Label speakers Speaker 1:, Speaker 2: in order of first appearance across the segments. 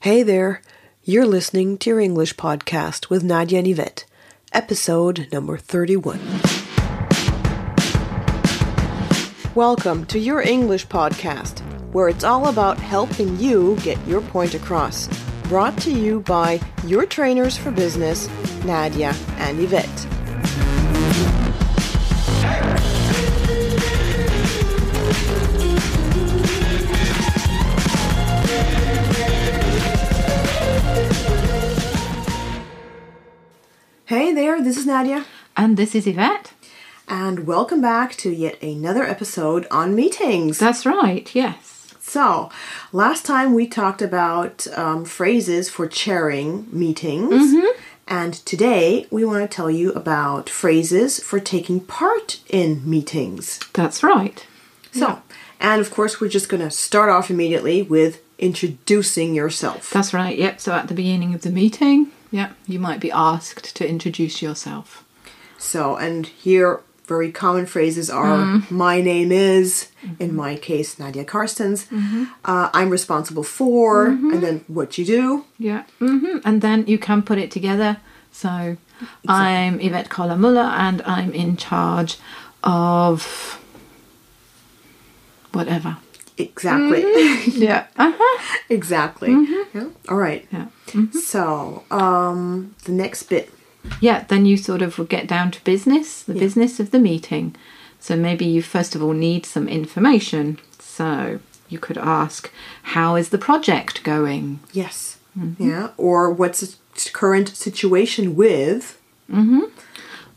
Speaker 1: Hey there, you're listening to your English podcast with Nadia and Yvette, episode number 31. Welcome to your English podcast, where it's all about helping you get your point across. Brought to you by your trainers for business, Nadia and Yvette. Hey there, this is Nadia.
Speaker 2: And this is Yvette.
Speaker 1: And welcome back to yet another episode on meetings.
Speaker 2: That's right, yes.
Speaker 1: So, last time we talked about um, phrases for chairing meetings, and today we want to tell you about phrases for taking part in meetings.
Speaker 2: That's right.
Speaker 1: So, and of course, we're just going to start off immediately with introducing yourself.
Speaker 2: That's right, yep. So at the beginning of the meeting, yep, you might be asked to introduce yourself.
Speaker 1: So, and here very common phrases are my name is, in my case, Nadia Karstens, uh, I'm responsible for, and then what you do.
Speaker 2: Yeah. hmm And then you can put it together. So I'm Yvette Koller-Muller and I'm in charge of whatever.
Speaker 1: Exactly.
Speaker 2: yeah. Uh-huh.
Speaker 1: exactly. Yeah. All right. Mm-hmm.
Speaker 2: Mm-hmm. Yeah. Mm-hmm.
Speaker 1: So, um, the next bit.
Speaker 2: Yeah, then you sort of would get down to business, the business of the meeting. So maybe you first of all need some information. So you could ask, How is the project going?
Speaker 1: Yes.
Speaker 2: Mm-hmm.
Speaker 1: Yeah. Or what's the s- current situation with? Mm-hmm.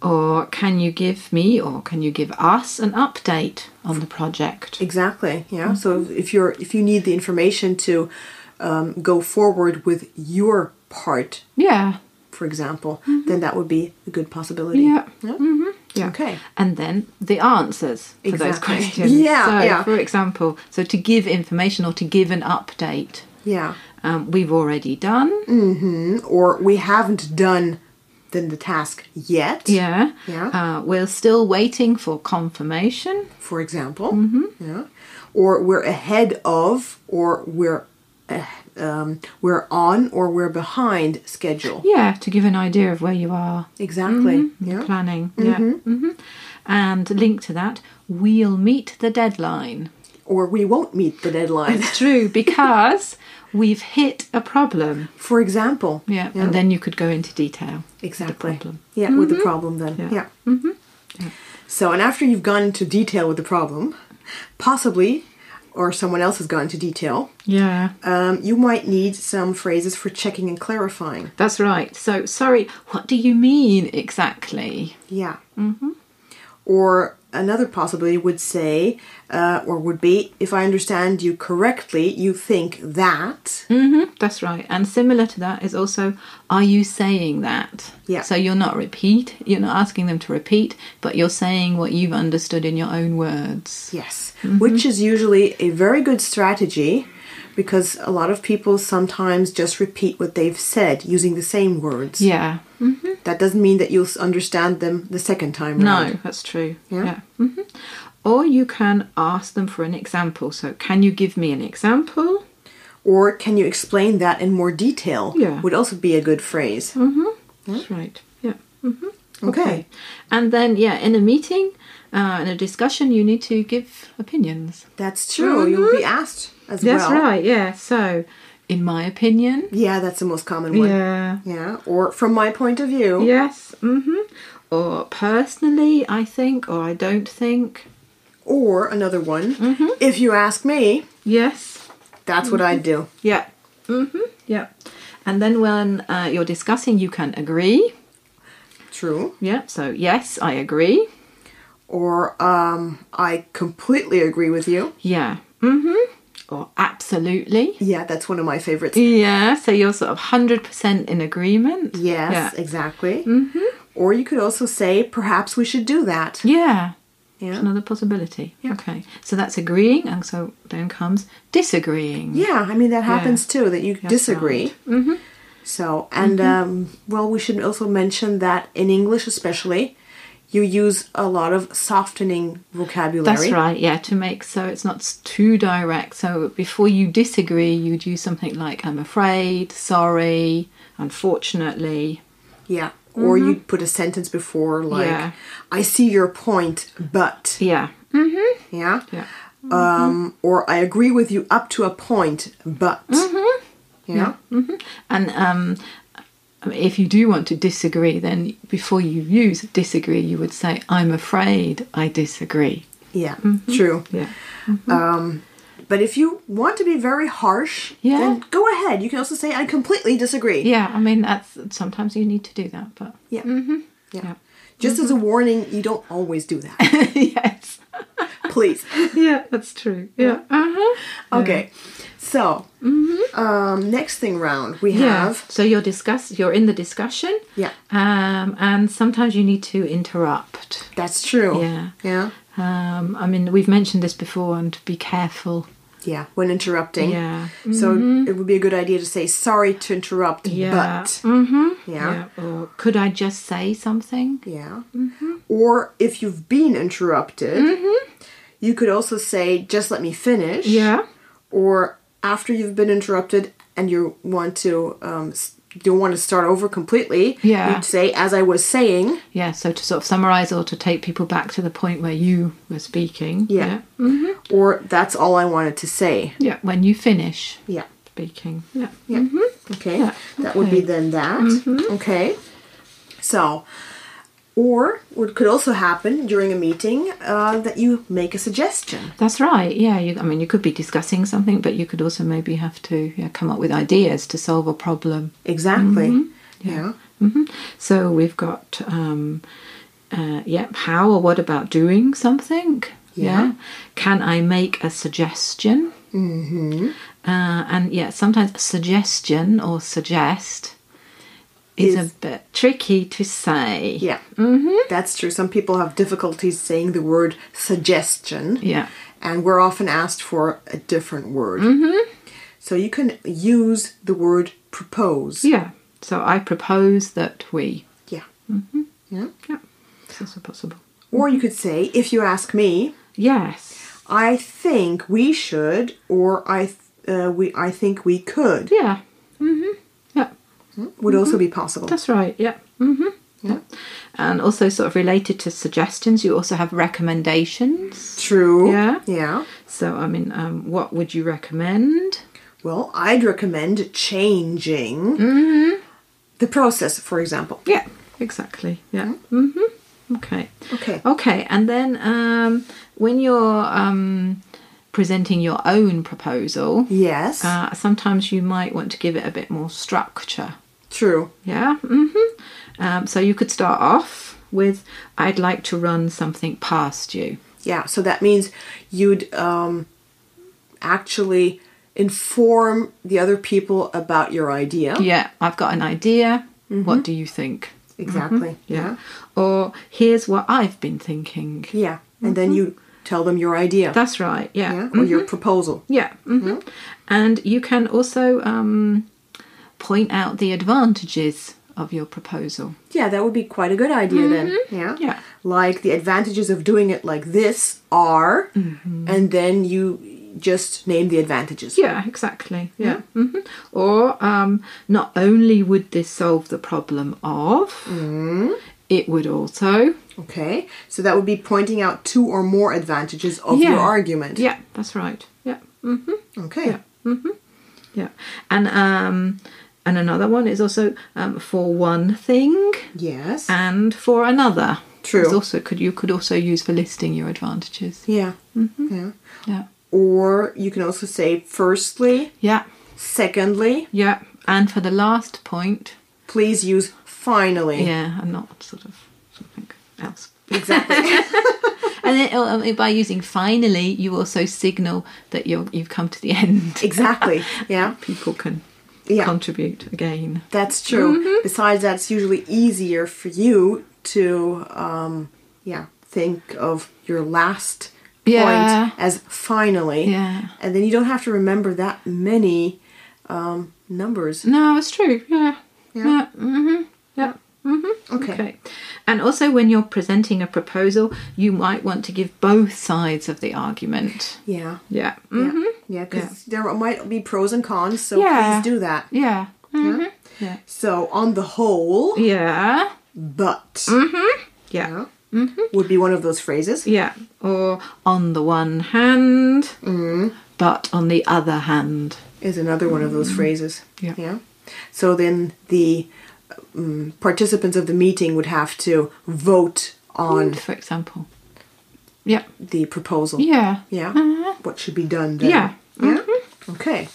Speaker 2: Or can you give me or can you give us an update on the project?
Speaker 1: Exactly. Yeah. So
Speaker 2: Mm-hmm.
Speaker 1: if you're if you need the information to um, go forward with your part,
Speaker 2: Yeah.
Speaker 1: for example, then that would be a good possibility.
Speaker 2: Mm-hmm. Yeah. Mm-hmm.
Speaker 1: Yeah.
Speaker 2: Yeah.
Speaker 1: Okay.
Speaker 2: And then the answers for those
Speaker 1: Exactly.
Speaker 2: questions.
Speaker 1: Yeah,
Speaker 2: So,
Speaker 1: yeah.
Speaker 2: for example, so to give information or to give an update,
Speaker 1: Yeah.
Speaker 2: um, we've already done.
Speaker 1: Or we haven't done then the task yet.
Speaker 2: Yeah.
Speaker 1: Yeah.
Speaker 2: Uh, we're still waiting for confirmation.
Speaker 1: for example. Yeah. Or we're ahead of, or we're eh, um, we're on, or we're behind schedule.
Speaker 2: Yeah, to give an idea of where you are.
Speaker 1: Exactly. Yeah. Mm-hmm.
Speaker 2: Planning. Yeah. hmm And linked to that, we'll meet the deadline.
Speaker 1: Or we won't meet the deadline.
Speaker 2: It's true because we've hit a problem.
Speaker 1: for example.
Speaker 2: Yeah. And then you could go into detail.
Speaker 1: Exactly.
Speaker 2: problem.
Speaker 1: Yeah, with the problem then. Yeah.
Speaker 2: Yeah.
Speaker 1: Mm-hmm. So, and after you've gone into detail with the problem, possibly, or someone else has gone into detail,
Speaker 2: Yeah.
Speaker 1: um, you might need some phrases for checking and clarifying.
Speaker 2: That's right. So, sorry, what do you mean exactly?
Speaker 1: Yeah. Mm-hmm. Or another possibility would say, uh, or would be, if I understand you correctly, you think that.
Speaker 2: Mm-hmm. That's right. And similar to that is also, are you saying that?
Speaker 1: Yeah.
Speaker 2: So you're not repeat. You're not asking them to repeat, but you're saying what you've understood in your own words.
Speaker 1: Yes.
Speaker 2: Mm-hmm.
Speaker 1: Which is usually a very good strategy because a lot of people sometimes just repeat what they've said using the same words.
Speaker 2: Yeah.
Speaker 1: That doesn't mean that you'll s- understand them the second time round.
Speaker 2: No, that's true.
Speaker 1: Yeah.
Speaker 2: hmm Or you can ask them for an example. So, can you give me an example?
Speaker 1: Or can you explain that in more detail?
Speaker 2: Yeah. Mm,
Speaker 1: Would also be a good phrase.
Speaker 2: Mm-hmm. That's right. Yeah.
Speaker 1: Okay.
Speaker 2: And then, yeah, in a meeting, uh, in a discussion, you need to give opinions.
Speaker 1: That's true. You'll be asked as
Speaker 2: Mm-hmm. That's
Speaker 1: well.
Speaker 2: right. Yeah. So, in my opinion.
Speaker 1: Yeah, that's the most common one.
Speaker 2: Yeah.
Speaker 1: Yeah, or from my point of view.
Speaker 2: Yes. Mhm. Or personally, I think, or I don't think.
Speaker 1: Or another one, if you ask me,
Speaker 2: Yes.
Speaker 1: that's what I'd do.
Speaker 2: Yeah. Mhm. Yeah. And then when uh, you're discussing, you can agree.
Speaker 1: True.
Speaker 2: Yeah. So yes, I agree.
Speaker 1: Or um, I completely agree with you.
Speaker 2: Yeah. Mhm. Or absolutely.
Speaker 1: Yeah, that's one of my favorites.
Speaker 2: Yeah. So you're sort of hundred percent in agreement.
Speaker 1: Yes,
Speaker 2: Yeah.
Speaker 1: exactly. Mm-hmm. Or you could also say, perhaps we should do that.
Speaker 2: Yeah.
Speaker 1: Yeah.
Speaker 2: Another possibility. Okay. So that's agreeing, and so then comes disagreeing.
Speaker 1: Yeah, I mean, that happens too, that you disagree. Mm-hmm. So, and um, well, we should also mention that in English, especially, you use a lot of softening vocabulary.
Speaker 2: That's right, yeah, to make so it's not s- too direct. So before you disagree, you'd use something like I'm afraid, sorry, unfortunately.
Speaker 1: Yeah. Or you put a sentence before, like,
Speaker 2: Mm-hmm. Yeah.
Speaker 1: I see your point, but.
Speaker 2: Yeah,
Speaker 1: Yeah.
Speaker 2: yeah, Mm-hmm.
Speaker 1: Um, or I agree with you up to a point, but.
Speaker 2: Mm-hmm.
Speaker 1: Yeah.
Speaker 2: and um, if you do want to disagree, then before you use disagree, you would say I'm afraid I disagree.
Speaker 1: Yeah.
Speaker 2: Mm-hmm.
Speaker 1: True.
Speaker 2: Yeah,
Speaker 1: But if you want to be very harsh,
Speaker 2: Yeah.
Speaker 1: then go ahead. You can also say, I completely disagree.
Speaker 2: yeah. I mean, that's sometimes you need to do that, but
Speaker 1: Yeah. yeah.
Speaker 2: Mm-hmm. Yeah. Mm-hmm.
Speaker 1: Just as a warning, you don't always do that.
Speaker 2: yes,
Speaker 1: Please.
Speaker 2: yeah, that's true. Yeah, Mm-hmm. uh-huh.
Speaker 1: Okay. So, um, next thing round, we have.
Speaker 2: So you're discuss you're in the discussion.
Speaker 1: Yeah.
Speaker 2: Um, and sometimes you need to interrupt.
Speaker 1: That's true.
Speaker 2: Yeah.
Speaker 1: Yeah.
Speaker 2: Um, I mean, we've mentioned this before, and be careful.
Speaker 1: Yeah. When interrupting.
Speaker 2: Yeah.
Speaker 1: So it would be a good idea to say sorry to interrupt,
Speaker 2: Mm-hmm. Yeah.
Speaker 1: but
Speaker 2: Mm-hmm.
Speaker 1: yeah,
Speaker 2: Or could I just say something?
Speaker 1: yeah.
Speaker 2: Mm-hmm.
Speaker 1: Or if you've been interrupted, you could also say just let me finish.
Speaker 2: Yeah.
Speaker 1: Or after you've been interrupted and you want to um, s- don't want to start over completely,
Speaker 2: Yeah.
Speaker 1: you'd say as I was saying.
Speaker 2: Yeah. So to sort of summarize or to take people back to the point where you were speaking.
Speaker 1: Yeah.
Speaker 2: Mm-hmm.
Speaker 1: Or that's all I wanted to say.
Speaker 2: Yeah. When you finish
Speaker 1: Yeah.
Speaker 2: speaking. Yeah.
Speaker 1: Mm-hmm. Yeah. Okay.
Speaker 2: Yeah,
Speaker 1: That would be
Speaker 2: okay.
Speaker 1: then that. Okay. So, or what could also happen during a meeting uh, that you make a suggestion.
Speaker 2: That's right. Yeah. You, I mean, you could be discussing something, but you could also maybe have to yeah, come up with ideas to solve a problem.
Speaker 1: Exactly. Mm-hmm. Yeah.
Speaker 2: hmm So we've got, um, uh, yeah, how or what about doing something?
Speaker 1: Yeah.
Speaker 2: Can I make a suggestion? Mm-hmm. Uh, and yeah, sometimes suggestion or suggest is,
Speaker 1: Is-
Speaker 2: a bit tricky to say.
Speaker 1: Yeah. Mm-hmm. That's true. Some people have difficulties saying the word suggestion.
Speaker 2: Yeah.
Speaker 1: And we're often asked for a different word. Mm-hmm. So you can use the word propose.
Speaker 2: Yeah. So I propose that we.
Speaker 1: Yeah. Yeah.
Speaker 2: Yeah. It's also possible.
Speaker 1: Or you could say, if you ask me,
Speaker 2: Yes.
Speaker 1: I think we should, or I th- uh, we I think we could
Speaker 2: Yeah. Mm-hmm. Yeah.
Speaker 1: would also be possible.
Speaker 2: That's right. Yeah. hmm Yeah. And also, sort of related to suggestions, you also have recommendations.
Speaker 1: True.
Speaker 2: Yeah.
Speaker 1: Yeah.
Speaker 2: So, I mean, um, what would you recommend?
Speaker 1: Well, I'd recommend changing
Speaker 2: Mm-hmm.
Speaker 1: the process, for example.
Speaker 2: Yeah. Exactly. Yeah. Mm-hmm. Okay.
Speaker 1: Okay.
Speaker 2: Okay. And then um, when you're um, presenting your own proposal,
Speaker 1: Yes.
Speaker 2: uh, sometimes you might want to give it a bit more structure.
Speaker 1: True.
Speaker 2: Yeah. Mm-hmm. Um, so you could start off with, "I'd like to run something past you."
Speaker 1: Yeah. So that means you'd um, actually inform the other people about your idea.
Speaker 2: Yeah, I've got an idea. What do you think?
Speaker 1: Exactly.
Speaker 2: Yeah. Or here's what I've been thinking.
Speaker 1: Yeah. And then
Speaker 2: Mm-hmm.
Speaker 1: you tell them your idea.
Speaker 2: That's right. Yeah.
Speaker 1: yeah.
Speaker 2: Yeah.
Speaker 1: Or your proposal.
Speaker 2: hmm And you can also um, point out the advantages of your proposal.
Speaker 1: Yeah, that would be quite a good idea then. Yeah.
Speaker 2: Yeah.
Speaker 1: Like the advantages of doing it like this are, and then you just name the advantages.
Speaker 2: Yeah, exactly. Yeah. hmm Or um, not only would this solve the problem of,
Speaker 1: Mm-hmm.
Speaker 2: it would also.
Speaker 1: Okay. So that would be pointing out two or more advantages of your argument.
Speaker 2: Yeah, that's right. Yeah. hmm
Speaker 1: Okay.
Speaker 2: Yeah. Yeah, and um, and another one is also um, for one thing
Speaker 1: Yes.
Speaker 2: and for another.
Speaker 1: True.
Speaker 2: It's also could you could also use for listing your advantages.
Speaker 1: yeah. Yeah.
Speaker 2: Yeah,
Speaker 1: Or you can also say firstly,
Speaker 2: yeah,
Speaker 1: secondly,
Speaker 2: yeah. And for the last point,
Speaker 1: please use finally.
Speaker 2: yeah, and not sort of something else.
Speaker 1: Exactly.
Speaker 2: And then, um, by using finally, you also signal that you're you've come to the end.
Speaker 1: exactly. Yeah.
Speaker 2: People can
Speaker 1: Yeah.
Speaker 2: contribute again.
Speaker 1: That's true.
Speaker 2: Mm-hmm.
Speaker 1: Besides, that's usually easier for you to, um, yeah, think of your last point
Speaker 2: Yeah.
Speaker 1: as finally.
Speaker 2: Yeah.
Speaker 1: And then you don't have to remember that many um, numbers.
Speaker 2: No, it's true. Yeah. Mm-hmm.
Speaker 1: Yeah.
Speaker 2: Yeah. Mhm. Yeah. Mhm.
Speaker 1: Okay.
Speaker 2: Okay. And also, when you're presenting a proposal, you might want to give both sides of the argument.
Speaker 1: Yeah.
Speaker 2: Yeah.
Speaker 1: Yeah.
Speaker 2: Mm-hmm.
Speaker 1: Yeah, because there might be pros and cons, so
Speaker 2: Yeah.
Speaker 1: please do that.
Speaker 2: Yeah. Mm-hmm. Yeah.
Speaker 1: So, on the whole,
Speaker 2: Yeah.
Speaker 1: but
Speaker 2: Yeah.
Speaker 1: Yeah.
Speaker 2: Mm-hmm.
Speaker 1: would be one of those phrases.
Speaker 2: Yeah. Or on the one hand,
Speaker 1: Mm.
Speaker 2: but on the other hand.
Speaker 1: Is another one of those phrases.
Speaker 2: Mm-hmm. Yeah.
Speaker 1: Yeah. So then the um, participants of the meeting would have to vote on
Speaker 2: For example. Yeah.
Speaker 1: the proposal.
Speaker 2: Mm. Yeah.
Speaker 1: Yeah.
Speaker 2: Uh-huh.
Speaker 1: What should be done then?
Speaker 2: Yeah. Mm-hmm.
Speaker 1: Yeah. Okay.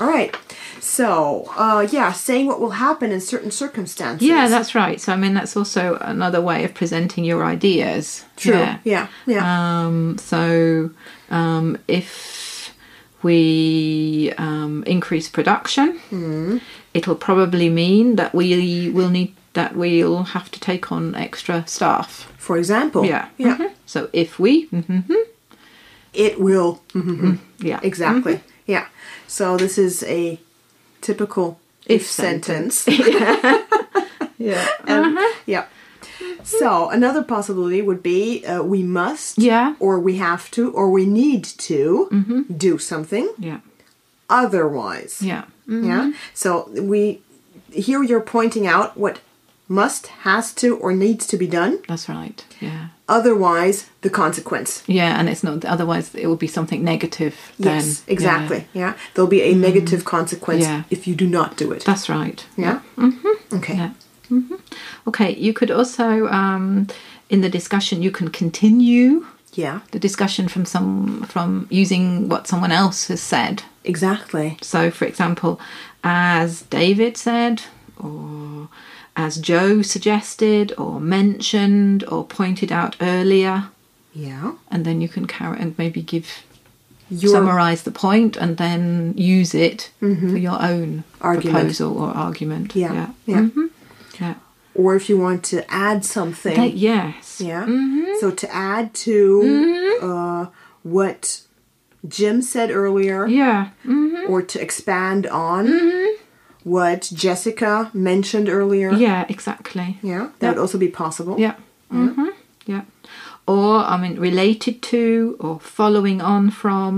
Speaker 1: All right. So, uh, yeah, saying what will happen in certain circumstances.
Speaker 2: Yeah, that's right. So, I mean, that's also another way of presenting your ideas.
Speaker 1: true.
Speaker 2: Yeah.
Speaker 1: Yeah. Yeah.
Speaker 2: Um, so, um, if we um, increase production,
Speaker 1: Hmm.
Speaker 2: it'll probably mean that we will need that we'll have to take on extra staff.
Speaker 1: For example.
Speaker 2: Yeah.
Speaker 1: Oh. Yeah.
Speaker 2: Mhm. So if we, mm-hmm.
Speaker 1: It will. mm,
Speaker 2: yeah,
Speaker 1: Exactly. Yeah. So this is a typical if,
Speaker 2: If
Speaker 1: sentence.
Speaker 2: yeah,
Speaker 1: And-
Speaker 2: Uh-huh.
Speaker 1: Yeah. So another possibility would be uh, we must,
Speaker 2: Yeah.
Speaker 1: or we have to, or we need to do something.
Speaker 2: yeah,
Speaker 1: Otherwise,
Speaker 2: yeah, Mm-hmm.
Speaker 1: yeah. So we here you're pointing out what must, has to, or needs to be done.
Speaker 2: that's right. Yeah,
Speaker 1: Otherwise, the consequence.
Speaker 2: yeah, and it's not otherwise it will be something negative. Then.
Speaker 1: yes,
Speaker 2: Yeah. Mm-hmm.
Speaker 1: exactly. Yeah. there'll be a negative consequence
Speaker 2: Yeah.
Speaker 1: if you do not do it.
Speaker 2: That's right.
Speaker 1: yeah. Mm-hmm. Okay.
Speaker 2: Yeah. Okay, you could also um, in the discussion you can continue
Speaker 1: yeah.
Speaker 2: the discussion from some from using what someone else has said.
Speaker 1: Exactly.
Speaker 2: So, for example, as David said, or as Joe suggested, or mentioned, or pointed out earlier,
Speaker 1: Yeah.
Speaker 2: and then you can carry and maybe give
Speaker 1: Your Mm-hmm.
Speaker 2: summarize the point and then use it for your own
Speaker 1: Argument.
Speaker 2: proposal or argument.
Speaker 1: Yeah,
Speaker 2: yeah,
Speaker 1: yeah.
Speaker 2: Mhm. yeah.
Speaker 1: or if you want to add something.
Speaker 2: That- yes.
Speaker 1: Yeah.
Speaker 2: Mm-hmm.
Speaker 1: So to add to uh, what Jim said earlier,
Speaker 2: Yeah. Mm.
Speaker 1: or to expand on what Jessica mentioned earlier.
Speaker 2: Mm-hmm. Yeah, exactly.
Speaker 1: Yeah, that would also be possible.
Speaker 2: Yeah. hmm Yeah. Or, I mean, related to, or following on from,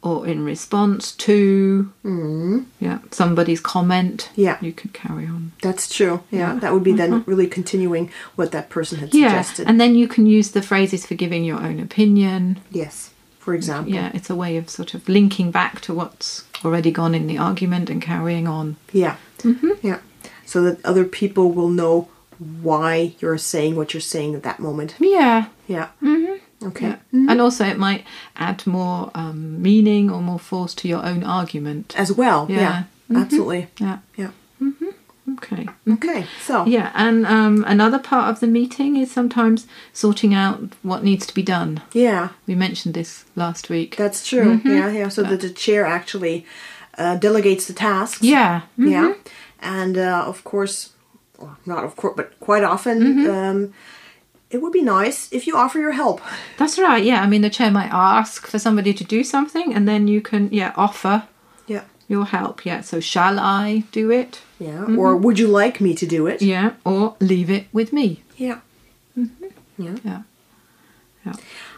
Speaker 2: or in response to. Mm. Yeah. Somebody's comment.
Speaker 1: Yeah.
Speaker 2: You could carry on.
Speaker 1: That's true. Yeah, that would be then really continuing what that person had
Speaker 2: Mm-hmm. Yeah.
Speaker 1: suggested.
Speaker 2: And then you can use the phrases for giving your own opinion.
Speaker 1: yes, for example.
Speaker 2: Yeah. It's a way of sort of linking back to what's already gone in the argument and carrying on.
Speaker 1: Yeah.
Speaker 2: Mm-hmm.
Speaker 1: Yeah. So that other people will know why you're saying what you're saying at that moment.
Speaker 2: Yeah.
Speaker 1: Yeah. Mm-hmm. Okay.
Speaker 2: Yeah. And also, it might add more um, meaning or more force to your own argument.
Speaker 1: As well. Yeah.
Speaker 2: Yeah. Mm-hmm.
Speaker 1: Absolutely.
Speaker 2: Yeah.
Speaker 1: Yeah.
Speaker 2: Okay.
Speaker 1: Okay. So.
Speaker 2: Mm-hmm. Yeah, and um, another part of the meeting is sometimes sorting out what needs to be done.
Speaker 1: Yeah,
Speaker 2: We mentioned this last week.
Speaker 1: that's true.
Speaker 2: Mm-hmm.
Speaker 1: Yeah, yeah.
Speaker 2: Uh,
Speaker 1: So that the chair actually uh, delegates the tasks.
Speaker 2: yeah, mm,
Speaker 1: Yeah. And uh, of course, or not of course, but quite often,
Speaker 2: Mm-hmm.
Speaker 1: um, it would be nice if you offer your help.
Speaker 2: that's right. Yeah, I mean, the chair might ask for somebody to do something, and then you can, yeah, offer
Speaker 1: Yeah.
Speaker 2: your help. Yeah, so shall I do it?
Speaker 1: Yeah. Or would you like me to do it?
Speaker 2: Mm-hmm. Yeah, or leave it with me.
Speaker 1: Yeah.
Speaker 2: Yeah,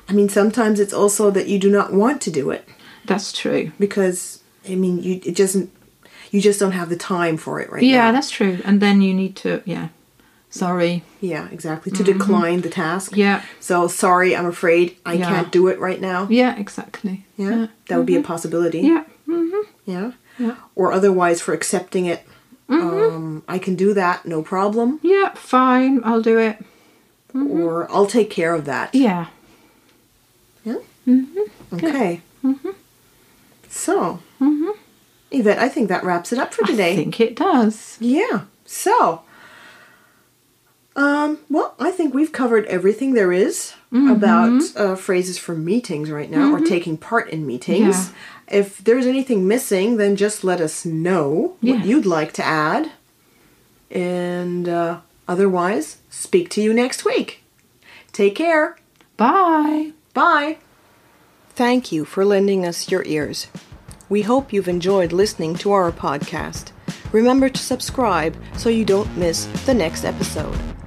Speaker 1: I mean, sometimes it's also that you do not want to do it
Speaker 2: that's true.
Speaker 1: because, I mean, you it doesn't, you just don't have the time for it right
Speaker 2: Yeah,
Speaker 1: now.
Speaker 2: that's true. And then you need to, yeah, sorry.
Speaker 1: Yeah, exactly. To decline the task.
Speaker 2: Mm-hmm. Yeah,
Speaker 1: So sorry, I'm afraid I
Speaker 2: Yeah.
Speaker 1: can't do it right now.
Speaker 2: yeah, exactly.
Speaker 1: Yeah, that would be a possibility.
Speaker 2: Mm-hmm. yeah, yeah.
Speaker 1: Yeah.
Speaker 2: Yeah.
Speaker 1: Or otherwise for accepting it.
Speaker 2: Mm-hmm.
Speaker 1: Um, I can do that, no problem.
Speaker 2: yeah fine, I'll do it.
Speaker 1: Or I'll take care of that.
Speaker 2: Mm-hmm. Yeah. Mm-hmm.
Speaker 1: Yeah? Okay. So, Yvette, I think that wraps it up for today.
Speaker 2: Mm-hmm. I think it does.
Speaker 1: Yeah. So, um, well, I think we've covered everything there is about uh, phrases for meetings right now or taking part in meetings. If there's anything missing, then just let us know
Speaker 2: Yeah.
Speaker 1: what you'd like to add. And uh, otherwise, speak to you next week. Take care.
Speaker 2: Bye.
Speaker 1: Bye. Thank you for lending us your ears. We hope you've enjoyed listening to our podcast. Remember to subscribe so you don't miss the next episode.